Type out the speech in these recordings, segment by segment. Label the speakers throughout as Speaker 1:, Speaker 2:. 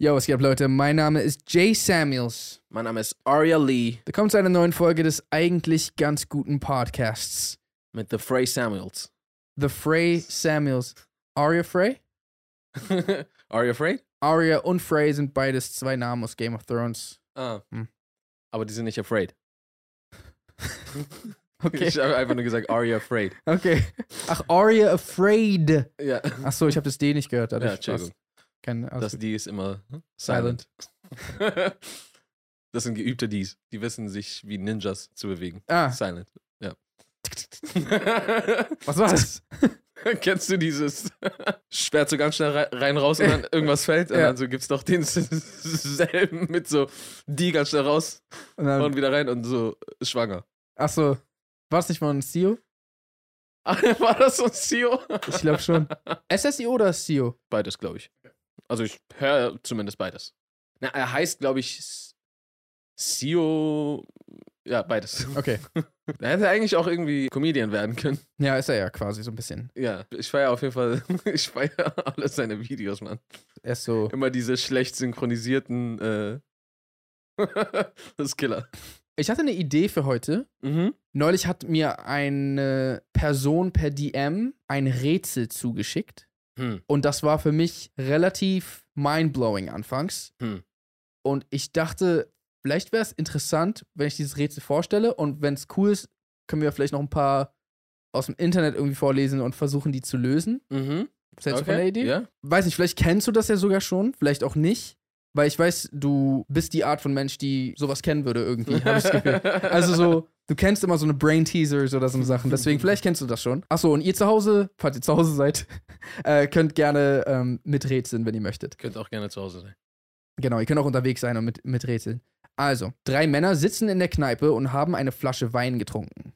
Speaker 1: Yo, was geht ab, Leute? Mein Name ist Jay Samuels.
Speaker 2: Mein Name ist Aria Lee
Speaker 1: Willkommen zu einer neuen Folge des eigentlich ganz guten Podcasts.
Speaker 2: mit The Frey Samuels.
Speaker 1: The Frey Samuels. Aria Frey?
Speaker 2: Are you afraid?
Speaker 1: Aria und Frey sind beides zwei Namen aus Game of Thrones.
Speaker 2: Ah.
Speaker 1: Hm.
Speaker 2: Aber die sind nicht afraid.
Speaker 1: Okay.
Speaker 2: Ich habe einfach nur gesagt, are you afraid?
Speaker 1: Okay. Ach, Aria Afraid.
Speaker 2: Ja.
Speaker 1: Ach so, ich habe das D nicht gehört. dadurch
Speaker 2: Ja, Entschuldigung.
Speaker 1: passt Kein, alles
Speaker 2: Das
Speaker 1: gut.
Speaker 2: Die ist immer hm, silent.
Speaker 1: Silent.
Speaker 2: Das sind geübte Dies. Die wissen sich wie Ninjas zu bewegen.
Speaker 1: Ah,
Speaker 2: Silent. Ja.
Speaker 1: was war das?
Speaker 2: Kennst du dieses Sperrt so ganz schnell rei- rein raus und dann irgendwas fällt? Und
Speaker 1: Ja.
Speaker 2: dann so gibt's doch denselben mit so die ganz schnell raus
Speaker 1: Und dann,
Speaker 2: und wieder rein und so äh, schwanger.
Speaker 1: ach so, war es nicht von SEO?
Speaker 2: War das so ein CEO?
Speaker 1: Ich glaube schon. SSIO oder E SEO?
Speaker 2: Beides, glaube ich. Also ich höre zumindest beides. Na, er heißt, glaube ich, S- CEO. Ja, beides.
Speaker 1: Okay.
Speaker 2: Er hätte eigentlich auch irgendwie Comedian werden können.
Speaker 1: Ja, ist er ja quasi so ein bisschen.
Speaker 2: Ja, ich feiere auf jeden Fall, ich feiere alle seine Videos, Mann.
Speaker 1: Er ist so.
Speaker 2: Immer diese schlecht synchronisierten, äh, das ist Killer.
Speaker 1: Ich hatte eine Idee für heute.
Speaker 2: Mhm.
Speaker 1: Neulich hat mir eine Person per DM ein Rätsel zugeschickt.
Speaker 2: Hm.
Speaker 1: Und das war für mich relativ mindblowing anfangs.
Speaker 2: Hm.
Speaker 1: Und ich dachte, vielleicht wäre es interessant, wenn ich dieses Rätsel vorstelle. Und wenn es cool ist, können wir vielleicht noch ein paar aus dem Internet irgendwie vorlesen und versuchen, die zu lösen.
Speaker 2: Mhm.
Speaker 1: Was hältst du von der Idee?
Speaker 2: Ja.
Speaker 1: Weiß nicht, vielleicht kennst du das ja sogar schon, vielleicht auch nicht. Weil ich weiß, du bist die Art von Mensch, die sowas kennen würde irgendwie, habe ich das Gefühl. Also so, du kennst immer so eine Brain Teasers oder so eine Sachen, deswegen vielleicht kennst du das schon. Achso, und ihr zu Hause, falls ihr zu Hause seid, äh, könnt gerne ähm, miträtseln, wenn ihr möchtet.
Speaker 2: Könnt auch gerne zu Hause sein.
Speaker 1: Genau, ihr könnt auch unterwegs sein und mit, miträtseln. Also, drei Männer sitzen in der Kneipe und haben eine Flasche Wein getrunken.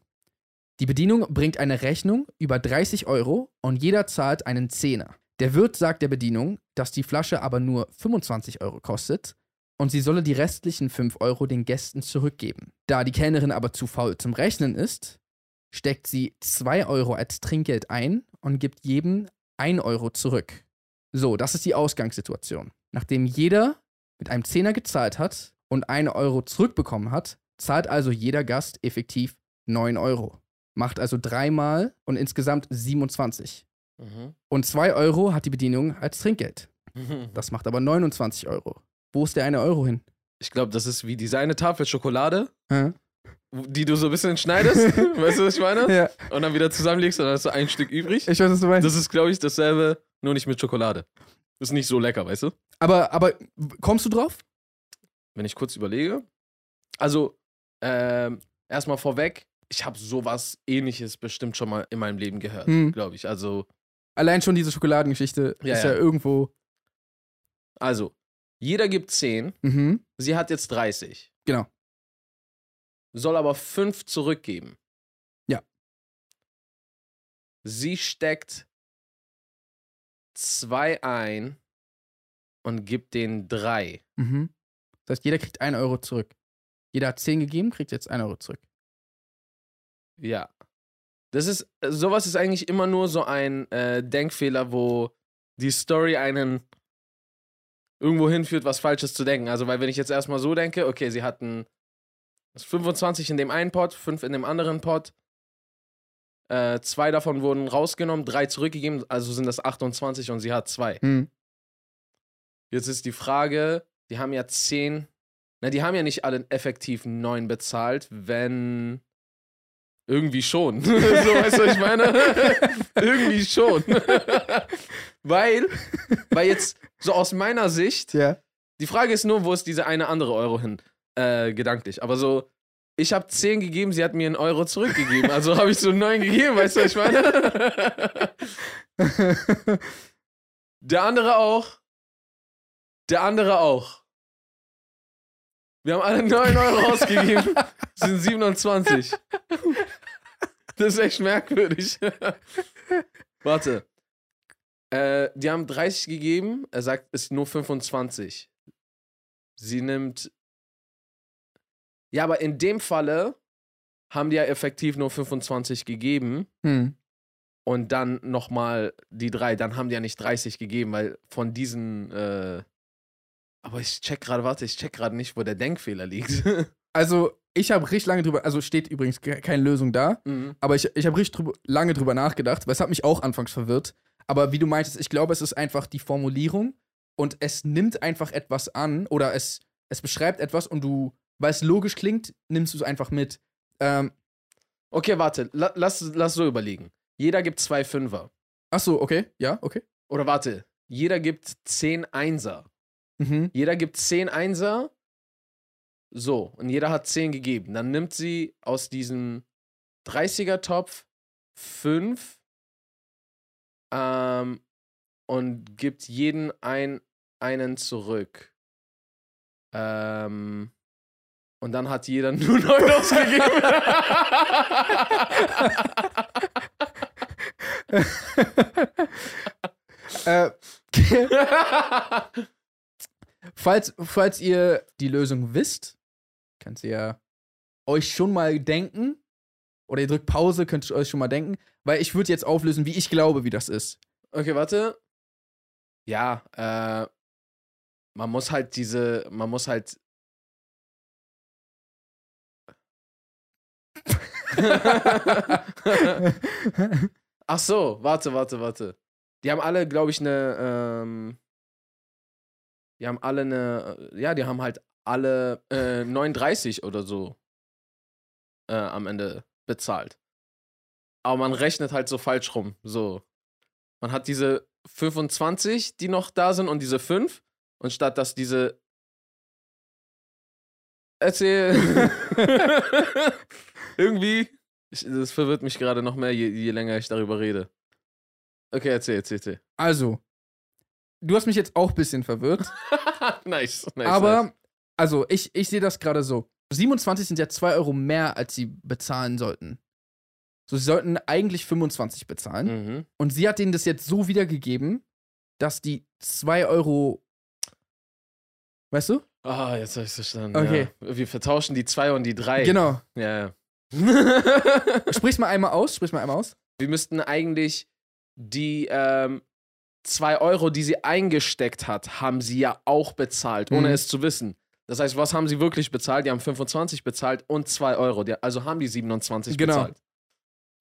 Speaker 1: Die Bedienung bringt eine Rechnung über 30 Euro und jeder zahlt einen Zehner. Der Wirt sagt der Bedienung, dass die Flasche aber nur 25 Euro kostet und sie solle die restlichen 5 Euro den Gästen zurückgeben. Da die Kellnerin aber zu faul zum Rechnen ist, steckt sie 2 Euro als Trinkgeld ein und gibt jedem 1 Euro zurück. So, das ist die Ausgangssituation. Nachdem jeder mit einem Zehner gezahlt hat und 1 Euro zurückbekommen hat, zahlt also jeder Gast effektiv 9 Euro. Macht also dreimal und insgesamt 27.
Speaker 2: Mhm.
Speaker 1: Und 2 Euro hat die Bedienung als Trinkgeld. Das macht aber 29 Euro. Wo ist der 1 Euro hin?
Speaker 2: Ich glaube, das ist wie diese eine Tafel Schokolade,
Speaker 1: Hä?
Speaker 2: die du so ein bisschen schneidest, weißt du, was ich meine?
Speaker 1: Ja,
Speaker 2: Und dann wieder zusammenlegst und dann hast du ein Stück übrig.
Speaker 1: ich weiß, was du meinst.
Speaker 2: Das ist, glaube ich, dasselbe, nur nicht mit Schokolade. Ist nicht so lecker, weißt du?
Speaker 1: Aber, aber kommst du drauf?
Speaker 2: Wenn ich kurz überlege. Also, ähm, erstmal vorweg, ich habe sowas ähnliches bestimmt schon mal in meinem Leben gehört,
Speaker 1: Hm.
Speaker 2: glaube ich. Also,
Speaker 1: Allein schon diese Schokoladengeschichte
Speaker 2: Ja,
Speaker 1: ist ja,
Speaker 2: ja.
Speaker 1: irgendwo.
Speaker 2: also, jeder gibt 10,
Speaker 1: Mhm.
Speaker 2: sie hat jetzt 30.
Speaker 1: Genau.
Speaker 2: Soll aber 5 zurückgeben.
Speaker 1: Ja.
Speaker 2: Sie steckt 2 ein und gibt den 3.
Speaker 1: Mhm. Das heißt, jeder kriegt 1 Euro zurück. Jeder hat 10 gegeben, kriegt jetzt 1 Euro zurück.
Speaker 2: Ja. Das ist, äh, sowas ist eigentlich immer nur so ein äh, Denkfehler, wo die Story einen irgendwo hinführt, was Falsches zu denken. Also, weil wenn ich jetzt erstmal so denke, okay, sie hatten das 25 in dem einen Pot, 5 in dem anderen Pot, äh, zwei davon wurden rausgenommen, drei zurückgegeben, also sind das 28 und sie hat zwei.
Speaker 1: Mhm.
Speaker 2: Jetzt ist die Frage, die haben ja 10, na, die haben ja nicht alle effektiv 9 bezahlt, wenn irgendwie schon. so weißt du, was ich meine? irgendwie schon. weil, weil jetzt so aus meiner Sicht,
Speaker 1: Tja.
Speaker 2: die Frage ist nur, wo ist diese eine andere Euro hin? Äh, gedanklich. Aber so, ich habe 10 gegeben, sie hat mir einen Euro zurückgegeben. Also habe ich so 9 gegeben, weißt du, was ich meine? Der andere auch. Der andere auch. Wir haben alle 9 Euro ausgegeben. Das sind 27. Das ist echt merkwürdig. Warte. Äh, die haben 30 gegeben. Er sagt, es ist nur 25. Sie nimmt. Ja, aber in dem Falle haben die ja effektiv nur 25 gegeben
Speaker 1: Hm.
Speaker 2: und dann nochmal die drei, dann haben die ja nicht 30 gegeben, weil von diesen äh, Aber ich check gerade, warte, ich check gerade nicht, wo der Denkfehler liegt.
Speaker 1: Also, ich habe richtig lange drüber, also steht übrigens ke- keine Lösung da,
Speaker 2: mhm.
Speaker 1: aber ich, ich habe richtig drüber, lange drüber nachgedacht, weil es hat mich auch anfangs verwirrt. Aber wie du meintest, ich glaube, es ist einfach die Formulierung und es nimmt einfach etwas an oder es, es beschreibt etwas und du, weil es logisch klingt, nimmst du es einfach mit. Ähm,
Speaker 2: Okay, warte, la lass, lass so überlegen. Jeder gibt zwei Fünfer.
Speaker 1: ach so, okay, ja, okay.
Speaker 2: Oder warte, jeder gibt zehn Einser.
Speaker 1: Mhm.
Speaker 2: Jeder gibt zehn Einser. So, und jeder hat zehn gegeben. Dann nimmt sie aus diesem 30er-Topf fünf ähm, und gibt jeden ein, einen zurück. Ähm, und dann hat jeder nur neun ausgegeben.
Speaker 1: Äh, falls, falls ihr die Lösung wisst, könnt ihr euch schon mal denken. Oder ihr drückt Pause, könnt ihr euch schon mal denken. Weil ich würde jetzt auflösen, wie ich glaube, wie das ist.
Speaker 2: Okay, warte. Ja, äh, man muss halt diese, man muss halt. Ach so, warte, warte, warte. Die haben alle, glaube ich, eine, ähm, die haben alle eine, ja, die haben halt alle äh, 39 oder so äh, am Ende bezahlt. Aber man rechnet halt so falsch rum, so. Man hat diese 25, die noch da sind, und diese 5. Und statt dass diese. Erzähl. Irgendwie. Ich, das verwirrt mich gerade noch mehr, je, je länger ich darüber rede. Okay, erzähl, erzähl, erzähl.
Speaker 1: Also, du hast mich jetzt auch ein bisschen verwirrt.
Speaker 2: nice, nice.
Speaker 1: aber,
Speaker 2: nice.
Speaker 1: also, ich, ich sehe das gerade so. 27 sind ja 2 Euro mehr, als sie bezahlen sollten. So, sie sollten eigentlich 25 bezahlen.
Speaker 2: Mhm.
Speaker 1: Und sie hat denen das jetzt so wiedergegeben, dass die 2 Euro. Weißt du?
Speaker 2: Ah, jetzt habe ich verstanden.
Speaker 1: Okay.
Speaker 2: Ja. Wir vertauschen die 2 und die 3.
Speaker 1: Genau.
Speaker 2: Ja, ja.
Speaker 1: Sprich's mal einmal aus, sprich's mal einmal aus.
Speaker 2: Wir müssten eigentlich die ähm, 2 Euro, die sie eingesteckt hat, haben sie ja auch bezahlt, ohne
Speaker 1: Mhm.
Speaker 2: es zu wissen. Das heißt, was haben sie wirklich bezahlt? Die haben 25 bezahlt und 2 Euro. Die, also haben die 27
Speaker 1: Genau.
Speaker 2: bezahlt.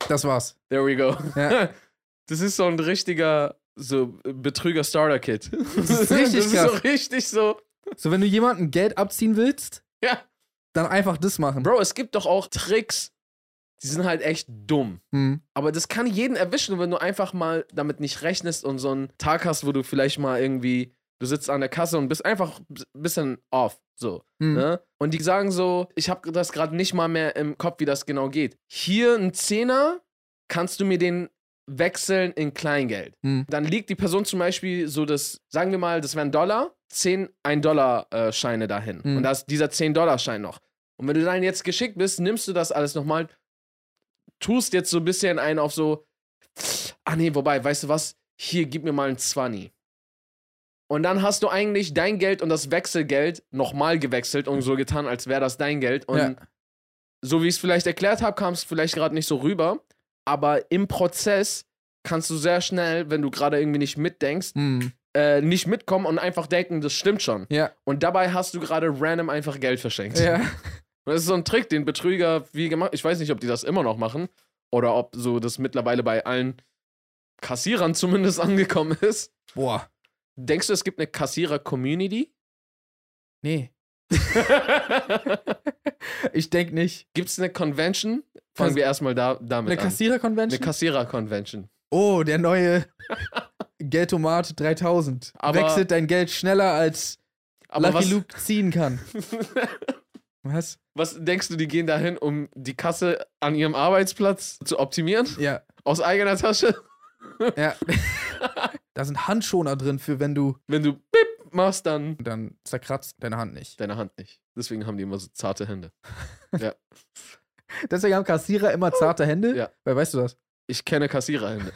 Speaker 1: Das war's.
Speaker 2: There we go.
Speaker 1: Ja.
Speaker 2: Das ist so ein richtiger so äh, Betrüger-Starter-Kit. Das
Speaker 1: ist richtig
Speaker 2: das ist so richtig so.
Speaker 1: So, wenn du jemanden Geld abziehen willst,
Speaker 2: Ja.
Speaker 1: dann einfach das machen.
Speaker 2: Bro, es gibt doch auch Tricks, die sind halt echt dumm.
Speaker 1: Hm.
Speaker 2: Aber das kann jeden erwischen, wenn du einfach mal damit nicht rechnest und so einen Tag hast, wo du vielleicht mal irgendwie, du sitzt an der Kasse und bist einfach ein bisschen off, so.
Speaker 1: Hm.
Speaker 2: Ne? Und die sagen so, ich habe das gerade nicht mal mehr im Kopf, wie das genau geht. Hier ein Zehner, kannst du mir den wechseln in Kleingeld.
Speaker 1: Hm.
Speaker 2: Dann liegt die Person zum Beispiel so das, sagen wir mal, das wären Dollar, 10 1-Dollar-Scheine äh, dahin.
Speaker 1: Hm.
Speaker 2: Und da ist dieser 10-Dollar-Schein noch. Und wenn du dann jetzt geschickt bist, nimmst du das alles nochmal, tust jetzt so ein bisschen einen auf so, ah nee, wobei, weißt du was, hier, gib mir mal ein 20. Und dann hast du eigentlich dein Geld und das Wechselgeld nochmal gewechselt und so getan, als wäre das dein Geld. Und
Speaker 1: Ja.
Speaker 2: so wie ich es vielleicht erklärt habe, kam es vielleicht gerade nicht so rüber. Aber im Prozess kannst du sehr schnell, wenn du gerade irgendwie nicht mitdenkst,
Speaker 1: Hm.
Speaker 2: äh, nicht mitkommen und einfach denken, das stimmt schon.
Speaker 1: Ja.
Speaker 2: Und dabei hast du gerade random einfach Geld verschenkt.
Speaker 1: Ja.
Speaker 2: Und das ist so ein Trick, den Betrüger wie gemacht. Ich weiß nicht, ob die das immer noch machen oder ob so das mittlerweile bei allen Kassierern zumindest angekommen ist.
Speaker 1: Boah.
Speaker 2: Denkst du, es gibt eine Kassierer-Community?
Speaker 1: Nee. Ich denk nicht.
Speaker 2: Gibt es eine Convention? Fangen
Speaker 1: Kass-
Speaker 2: wir erstmal da,
Speaker 1: Eine
Speaker 2: damit an. Eine
Speaker 1: Kassierer-Convention?
Speaker 2: Kassierer-Convention.
Speaker 1: oh, der neue Geldomat 3000.
Speaker 2: Aber-
Speaker 1: Wechselt dein Geld schneller, als
Speaker 2: Aber
Speaker 1: Lucky Luke ziehen kann.
Speaker 2: was,
Speaker 1: Was?
Speaker 2: was denkst du, die gehen dahin, um die Kasse an ihrem Arbeitsplatz zu optimieren?
Speaker 1: Ja.
Speaker 2: Aus eigener Tasche?
Speaker 1: Ja. da sind Handschoner drin, für wenn du
Speaker 2: Wenn du Bip machst, dann
Speaker 1: Und dann zerkratzt deine Hand nicht.
Speaker 2: deine Hand nicht. Deswegen haben die immer so zarte Hände.
Speaker 1: Deswegen haben Kassierer immer zarte Hände.
Speaker 2: Ja.
Speaker 1: Weil weißt du das?
Speaker 2: Ich kenne Kassiererhände.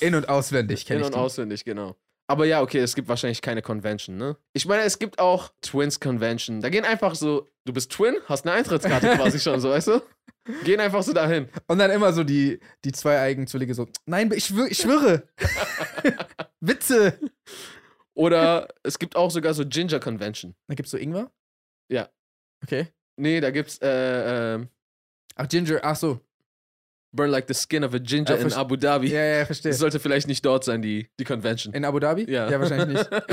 Speaker 1: In- und auswendig kenn
Speaker 2: In- und
Speaker 1: die.
Speaker 2: auswendig, genau. Aber ja, okay, es gibt wahrscheinlich keine Convention, ne? Ich meine, es gibt auch Twins Convention. Da gehen einfach so, du bist Twin, hast eine Eintrittskarte quasi schon, so weißt du? Gehen einfach so dahin.
Speaker 1: Und dann immer so die, die zwei Eigenzwillinge so: Nein, ich, schwö- ich schwöre. Witze.
Speaker 2: Oder es gibt auch sogar so Ginger Convention.
Speaker 1: Dann gibst du Ingwer?
Speaker 2: Ja.
Speaker 1: Okay.
Speaker 2: Nee, da gibt's äh, ähm,
Speaker 1: Ach, Ginger, ach so.
Speaker 2: Burn Like the Skin of a Ginger
Speaker 1: Ja,
Speaker 2: in
Speaker 1: verste-
Speaker 2: Abu Dhabi.
Speaker 1: Äh, Ja, ja, verstehe.
Speaker 2: Das sollte vielleicht nicht dort sein, die, die Convention.
Speaker 1: In Abu Dhabi?
Speaker 2: Ja.
Speaker 1: Ja, wahrscheinlich nicht.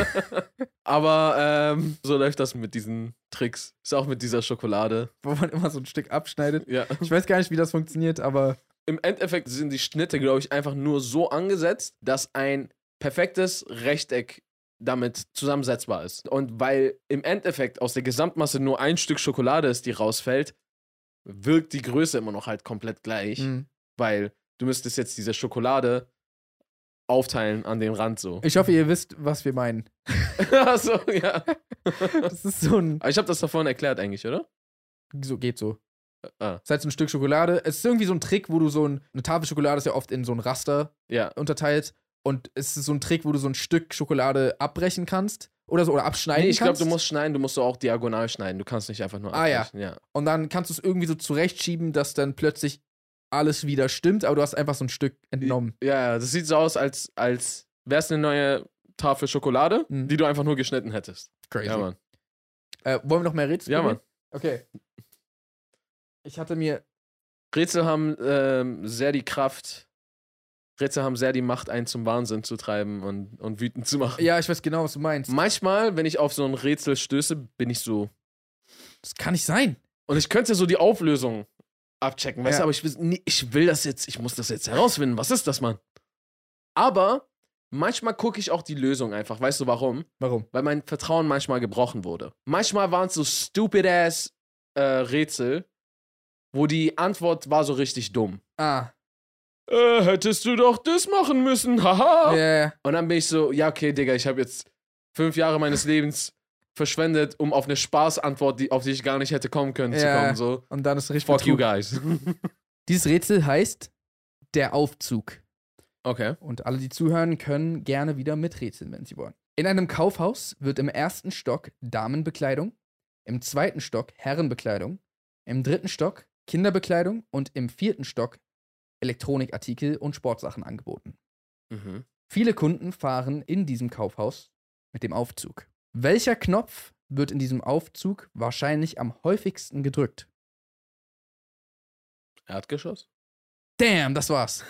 Speaker 2: Aber ähm, so läuft das mit diesen Tricks. Ist auch mit dieser Schokolade.
Speaker 1: Wo man immer so ein Stück abschneidet.
Speaker 2: Ja.
Speaker 1: Ich weiß gar nicht, wie das funktioniert, aber
Speaker 2: Im Endeffekt sind die Schnitte, glaube ich, einfach nur so angesetzt, dass ein perfektes Rechteck damit zusammensetzbar ist. Und weil im Endeffekt aus der Gesamtmasse nur ein Stück Schokolade ist, die rausfällt, wirkt die Größe immer noch halt komplett gleich,
Speaker 1: mh.
Speaker 2: weil du müsstest jetzt diese Schokolade aufteilen an den Rand so.
Speaker 1: ich hoffe, ihr wisst, was wir meinen.
Speaker 2: Achso, ja.
Speaker 1: Das ist so ein.
Speaker 2: Aber ich habe das davon erklärt eigentlich, oder?
Speaker 1: So geht so.
Speaker 2: Ah,
Speaker 1: Das heißt, so ein Stück Schokolade. Es ist irgendwie so ein Trick, wo du so ein. Eine Tafel Schokolade ist ja oft in so ein Raster
Speaker 2: ja.
Speaker 1: unterteilt. Und es ist so ein Trick, wo du so ein Stück Schokolade abbrechen kannst. Oder so, oder abschneiden
Speaker 2: Nee, ich glaube,
Speaker 1: kannst.
Speaker 2: du musst schneiden, du musst so auch diagonal schneiden. Du kannst nicht einfach nur
Speaker 1: Ah, ja.
Speaker 2: abbrechen, ja.
Speaker 1: Und dann kannst du es irgendwie so zurechtschieben, dass dann plötzlich alles wieder stimmt, aber du hast einfach so ein Stück entnommen.
Speaker 2: Ja, das sieht so aus, als, als wäre es eine neue Tafel Schokolade,
Speaker 1: Mhm.
Speaker 2: die du einfach nur geschnitten hättest.
Speaker 1: Crazy.
Speaker 2: Ja, Mann.
Speaker 1: Äh, wollen wir noch mehr Rätsel?
Speaker 2: Ja,
Speaker 1: probieren?
Speaker 2: Mann.
Speaker 1: Okay. Ich hatte mir.
Speaker 2: Rätsel haben ähm, sehr die Kraft, Rätsel haben sehr die Macht, einen zum Wahnsinn zu treiben und, und wütend zu machen.
Speaker 1: Ja, ich weiß genau, was du meinst.
Speaker 2: Hm. Manchmal, wenn ich auf so ein Rätsel stöße, bin ich so.
Speaker 1: Das kann nicht sein.
Speaker 2: Und ich könnte so die Auflösung abchecken, weißt
Speaker 1: Ja.
Speaker 2: du, aber ich will, nee, ich will das jetzt, ich muss das jetzt herausfinden. Was ist das, Mann? Aber manchmal gucke ich auch die Lösung einfach. Weißt du warum?
Speaker 1: Warum?
Speaker 2: weil mein Vertrauen manchmal gebrochen wurde. Manchmal waren es so stupid ass äh, Rätsel, wo die Antwort war so richtig dumm.
Speaker 1: Ah.
Speaker 2: Äh, hättest du doch das machen müssen, haha.
Speaker 1: Ja, ja,
Speaker 2: Und dann bin ich so, ja, okay, Digga, ich habe jetzt fünf Jahre meines Lebens verschwendet, um auf eine Spaßantwort, die, auf die ich gar nicht hätte kommen können, zu
Speaker 1: Ja.
Speaker 2: kommen. So,
Speaker 1: und dann ist richtig.
Speaker 2: fuck you
Speaker 1: Betrug.
Speaker 2: guys.
Speaker 1: Dieses Rätsel heißt Der Aufzug.
Speaker 2: Okay.
Speaker 1: Und alle, die zuhören, können gerne wieder miträtseln, wenn sie wollen. In einem Kaufhaus wird im ersten Stock Damenbekleidung, im zweiten Stock Herrenbekleidung, im dritten Stock Kinderbekleidung und im vierten Stock Elektronikartikel und Sportsachen angeboten.
Speaker 2: Mhm.
Speaker 1: Viele Kunden fahren in diesem Kaufhaus mit dem Aufzug. Welcher Knopf wird in diesem Aufzug wahrscheinlich am häufigsten gedrückt?
Speaker 2: Erdgeschoss?
Speaker 1: Damn, das war's.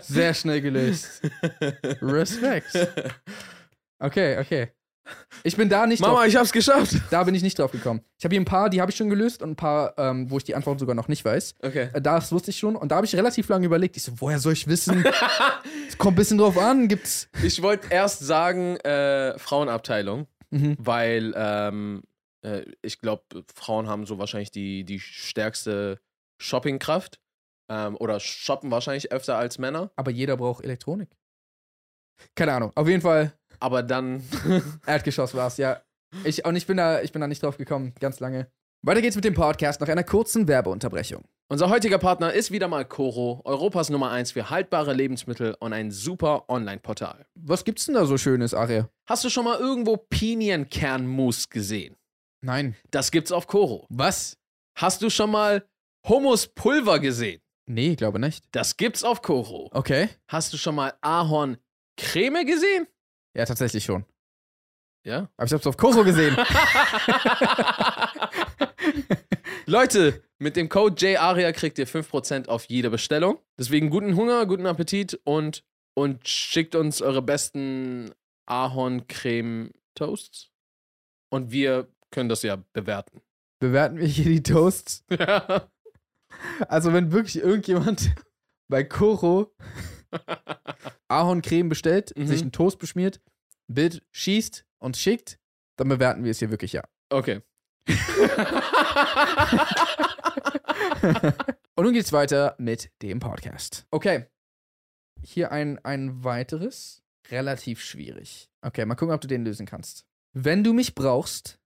Speaker 1: Sehr schnell gelöst. Respekt. Okay, okay. Ich bin da nicht drauf
Speaker 2: Mama, ich hab's geschafft.
Speaker 1: Da bin ich nicht drauf gekommen. Ich habe hier ein paar, die habe ich schon gelöst und ein paar, ähm, wo ich die Antworten sogar noch nicht weiß.
Speaker 2: Okay.
Speaker 1: Äh, Das wusste ich schon und da habe ich relativ lange überlegt. Ich so, woher soll ich wissen? Es kommt ein bisschen drauf an, gibt's.
Speaker 2: Ich wollte erst sagen, äh, Frauenabteilung,
Speaker 1: Mhm.
Speaker 2: weil ähm, äh, ich glaube, Frauen haben so wahrscheinlich die, die stärkste Shoppingkraft. Ähm, oder shoppen wahrscheinlich öfter als Männer.
Speaker 1: Aber jeder braucht Elektronik. Keine Ahnung. Auf jeden Fall,
Speaker 2: Aber dann.
Speaker 1: Erdgeschoss war's, ja. Ich, und ich bin, da, ich bin da nicht drauf gekommen, ganz lange. Weiter geht's mit dem Podcast nach einer kurzen Werbeunterbrechung.
Speaker 2: Unser heutiger Partner ist wieder mal Coro, Europas Nummer 1 für haltbare Lebensmittel und ein super Online-Portal.
Speaker 1: Was gibt's denn da so Schönes, Aria?
Speaker 2: Hast du schon mal irgendwo Pinienkernmus gesehen?
Speaker 1: Nein.
Speaker 2: Das gibt's auf Coro.
Speaker 1: Was?
Speaker 2: Hast du schon mal Hummuspulver gesehen?
Speaker 1: Nee, glaube nicht.
Speaker 2: Das gibt's auf Coro.
Speaker 1: Okay.
Speaker 2: Hast du schon mal Ahorncreme gesehen?
Speaker 1: Ja, tatsächlich schon.
Speaker 2: Ja.
Speaker 1: Aber ich hab's auf Koro gesehen.
Speaker 2: Leute, mit dem Code JARIA kriegt ihr 5% auf jede Bestellung. Deswegen guten Hunger, guten Appetit und, und schickt uns eure besten Ahorncreme-Toasts. Und wir können das ja bewerten.
Speaker 1: Bewerten wir hier die Toasts.
Speaker 2: Ja.
Speaker 1: Also, wenn wirklich irgendjemand bei Koro Ahorncreme bestellt,
Speaker 2: Mhm.
Speaker 1: sich einen Toast beschmiert, ein Bild schießt und schickt, dann bewerten wir es hier wirklich ja.
Speaker 2: Okay.
Speaker 1: Und nun geht's weiter mit dem Podcast. Okay. Hier ein, ein weiteres. Relativ schwierig. Okay, mal gucken, ob du den lösen kannst. Wenn du mich brauchst,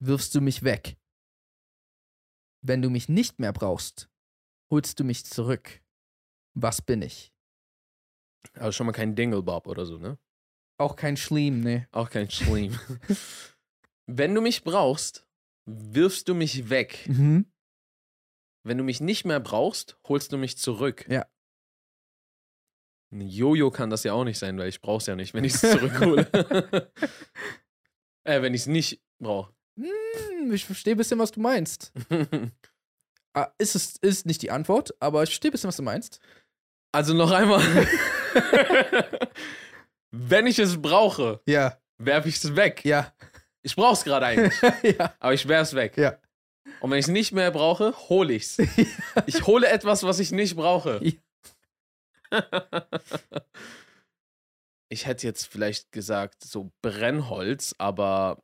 Speaker 1: wirfst du mich weg. Wenn du mich nicht mehr brauchst, holst du mich zurück. Was bin ich?
Speaker 2: Aber Also schon mal kein Dinglebob oder so, ne?
Speaker 1: Auch kein Schleim, ne? nee.
Speaker 2: Auch kein Schleim. Wenn du mich brauchst, wirfst du mich weg.
Speaker 1: Mhm.
Speaker 2: Wenn du mich nicht mehr brauchst, holst du mich zurück.
Speaker 1: Ja.
Speaker 2: Ein Jojo kann das ja auch nicht sein, weil ich brauch's ja nicht, wenn ich es zurückhole. äh, wenn ich es nicht brauche.
Speaker 1: Hm, ich verstehe ein bisschen, was du meinst. Ah, ist es ist nicht die Antwort, aber ich verstehe ein bisschen, was du meinst.
Speaker 2: Also noch einmal. wenn ich es brauche,
Speaker 1: Ja,
Speaker 2: werfe ich es weg.
Speaker 1: ja,
Speaker 2: Ich brauch's gerade eigentlich,
Speaker 1: ja,
Speaker 2: aber ich werf's weg.
Speaker 1: ja.
Speaker 2: Und wenn ich es nicht mehr brauche, hole ich's. ich hole etwas, was ich nicht brauche. ich hätte jetzt vielleicht gesagt, so Brennholz, aber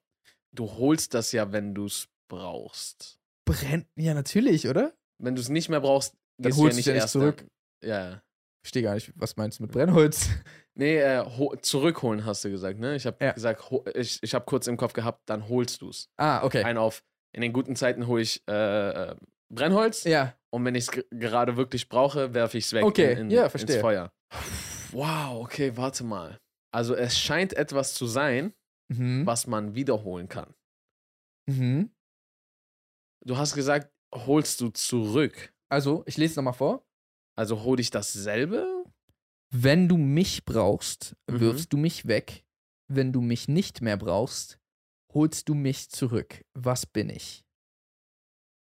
Speaker 2: du holst das ja, wenn du es brauchst.
Speaker 1: Brennt, ja, natürlich, oder?
Speaker 2: Wenn du es nicht mehr brauchst,
Speaker 1: Dann
Speaker 2: gehst
Speaker 1: holst
Speaker 2: du
Speaker 1: du's ja
Speaker 2: ja
Speaker 1: nicht
Speaker 2: nicht erst
Speaker 1: zurück.
Speaker 2: Dann. Ja, ja.
Speaker 1: Verstehe gar nicht, was meinst du mit Brennholz?
Speaker 2: Nee, äh, ho- zurückholen hast du gesagt, ne? Ich habe
Speaker 1: Ja.
Speaker 2: gesagt, ho- ich, ich habe kurz im Kopf gehabt, dann holst du es.
Speaker 1: Ah, okay.
Speaker 2: Ein auf, in den guten Zeiten hole ich äh, äh, Brennholz
Speaker 1: Ja.
Speaker 2: und wenn ich es gerade wirklich brauche, werfe ich es weg
Speaker 1: Okay,
Speaker 2: in, in,
Speaker 1: ja,
Speaker 2: ins
Speaker 1: verstehe.
Speaker 2: Feuer. Wow, okay, warte mal. Also es scheint etwas zu sein,
Speaker 1: Mhm.
Speaker 2: was man wiederholen kann.
Speaker 1: Mhm.
Speaker 2: Du hast gesagt, holst du zurück.
Speaker 1: Also, ich lese es nochmal vor.
Speaker 2: Also hol ich dasselbe?
Speaker 1: Wenn du mich brauchst,
Speaker 2: Mhm.
Speaker 1: wirfst du mich weg. Wenn du mich nicht mehr brauchst, holst du mich zurück. Was bin ich?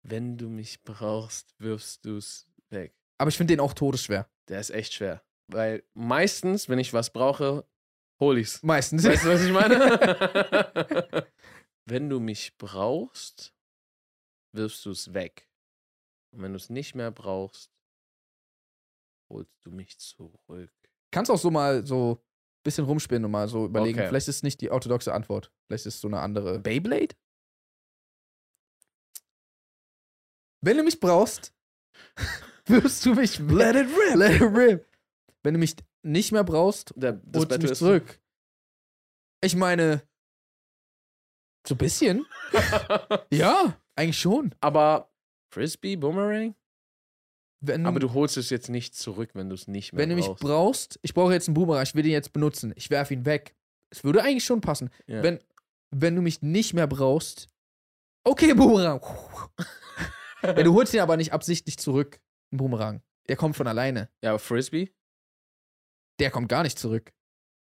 Speaker 2: Wenn du mich brauchst, wirfst du es weg.
Speaker 1: Aber ich finde den auch todesschwer.
Speaker 2: Der ist echt schwer. Weil meistens, wenn ich was brauche, hol ich's.
Speaker 1: Meistens.
Speaker 2: Weißt du, was ich meine? wenn du mich brauchst, wirfst du es weg. Und wenn du es nicht mehr brauchst, holst du mich zurück.
Speaker 1: Kannst auch so mal so ein bisschen rumspielen und mal so überlegen.
Speaker 2: Okay.
Speaker 1: Vielleicht ist es nicht die orthodoxe Antwort. Vielleicht ist es so eine andere.
Speaker 2: Beyblade?
Speaker 1: Wenn du mich brauchst, wirfst du mich Let it rip. Let it rip. Wenn du mich nicht mehr brauchst,
Speaker 2: Der, das
Speaker 1: holst du
Speaker 2: Battle
Speaker 1: mich
Speaker 2: ist-
Speaker 1: zurück. Ich meine, so ein bisschen. ja, eigentlich schon.
Speaker 2: Aber Frisbee, Boomerang?
Speaker 1: Wenn,
Speaker 2: Aber du holst es jetzt nicht zurück, wenn du es nicht mehr
Speaker 1: Hm. wenn du mich
Speaker 2: brauchst.
Speaker 1: brauchst, ich brauche jetzt einen Boomerang, ich will den jetzt benutzen. Ich werfe ihn weg. Es würde eigentlich schon passen.
Speaker 2: Ja.
Speaker 1: Wenn, wenn du mich nicht mehr brauchst, okay, Boomerang. ja, du holst ihn aber nicht absichtlich zurück, einen Boomerang. Der kommt von alleine.
Speaker 2: ja, aber Frisbee,
Speaker 1: Der kommt gar nicht zurück.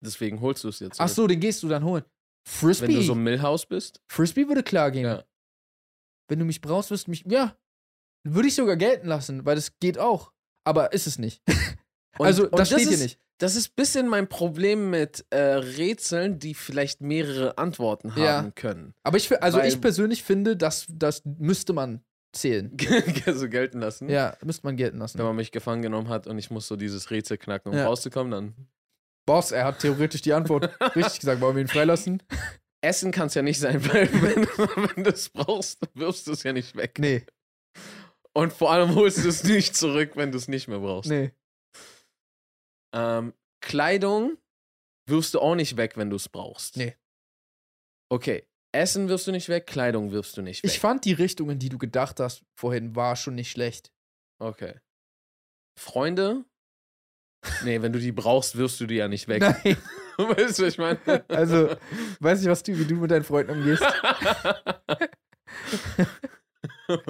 Speaker 2: deswegen holst du es jetzt.
Speaker 1: Ach so, den gehst du dann holen. Frisbee.
Speaker 2: Wenn du so Millhouse bist,
Speaker 1: Frisbee würde klar gehen.
Speaker 2: Ja.
Speaker 1: Wenn du mich brauchst, wirst du mich. Ja. Würde ich sogar gelten lassen, weil das geht auch. Aber ist es nicht.
Speaker 2: Und-
Speaker 1: also,
Speaker 2: und
Speaker 1: das steht
Speaker 2: ist,
Speaker 1: hier nicht.
Speaker 2: Das ist ein bisschen mein Problem mit äh, Rätseln, die vielleicht mehrere Antworten haben
Speaker 1: Ja.
Speaker 2: können.
Speaker 1: Aber ich, fi- also
Speaker 2: Weil-
Speaker 1: ich persönlich finde, dass das müsste man zählen.
Speaker 2: so gelten lassen.
Speaker 1: Mhm. Ja, müsste man gelten lassen.
Speaker 2: Wenn man mich gefangen genommen hat und ich muss so dieses Rätsel knacken, um
Speaker 1: Ja.
Speaker 2: rauszukommen, dann.
Speaker 1: Boss, er hat theoretisch die Antwort richtig gesagt. Wollen wir ihn freilassen?
Speaker 2: Essen kann es ja nicht sein, weil wenn, wenn du es brauchst, wirfst du es ja nicht weg.
Speaker 1: Nee,
Speaker 2: Und vor allem holst du es nicht zurück, wenn du es nicht mehr brauchst.
Speaker 1: nee.
Speaker 2: Ähm, Kleidung wirfst du auch nicht weg, wenn du es brauchst.
Speaker 1: Nee.
Speaker 2: Okay. Essen wirfst du nicht weg, Kleidung wirfst du nicht weg.
Speaker 1: Ich fand die Richtung, in die du gedacht hast vorhin, war schon nicht schlecht.
Speaker 2: okay. Freunde? Nee, wenn du die brauchst, wirfst du die ja nicht weg.
Speaker 1: Nein,
Speaker 2: weißt du, was ich meine?
Speaker 1: also weiß ich, was du, wie du mit deinen Freunden umgehst.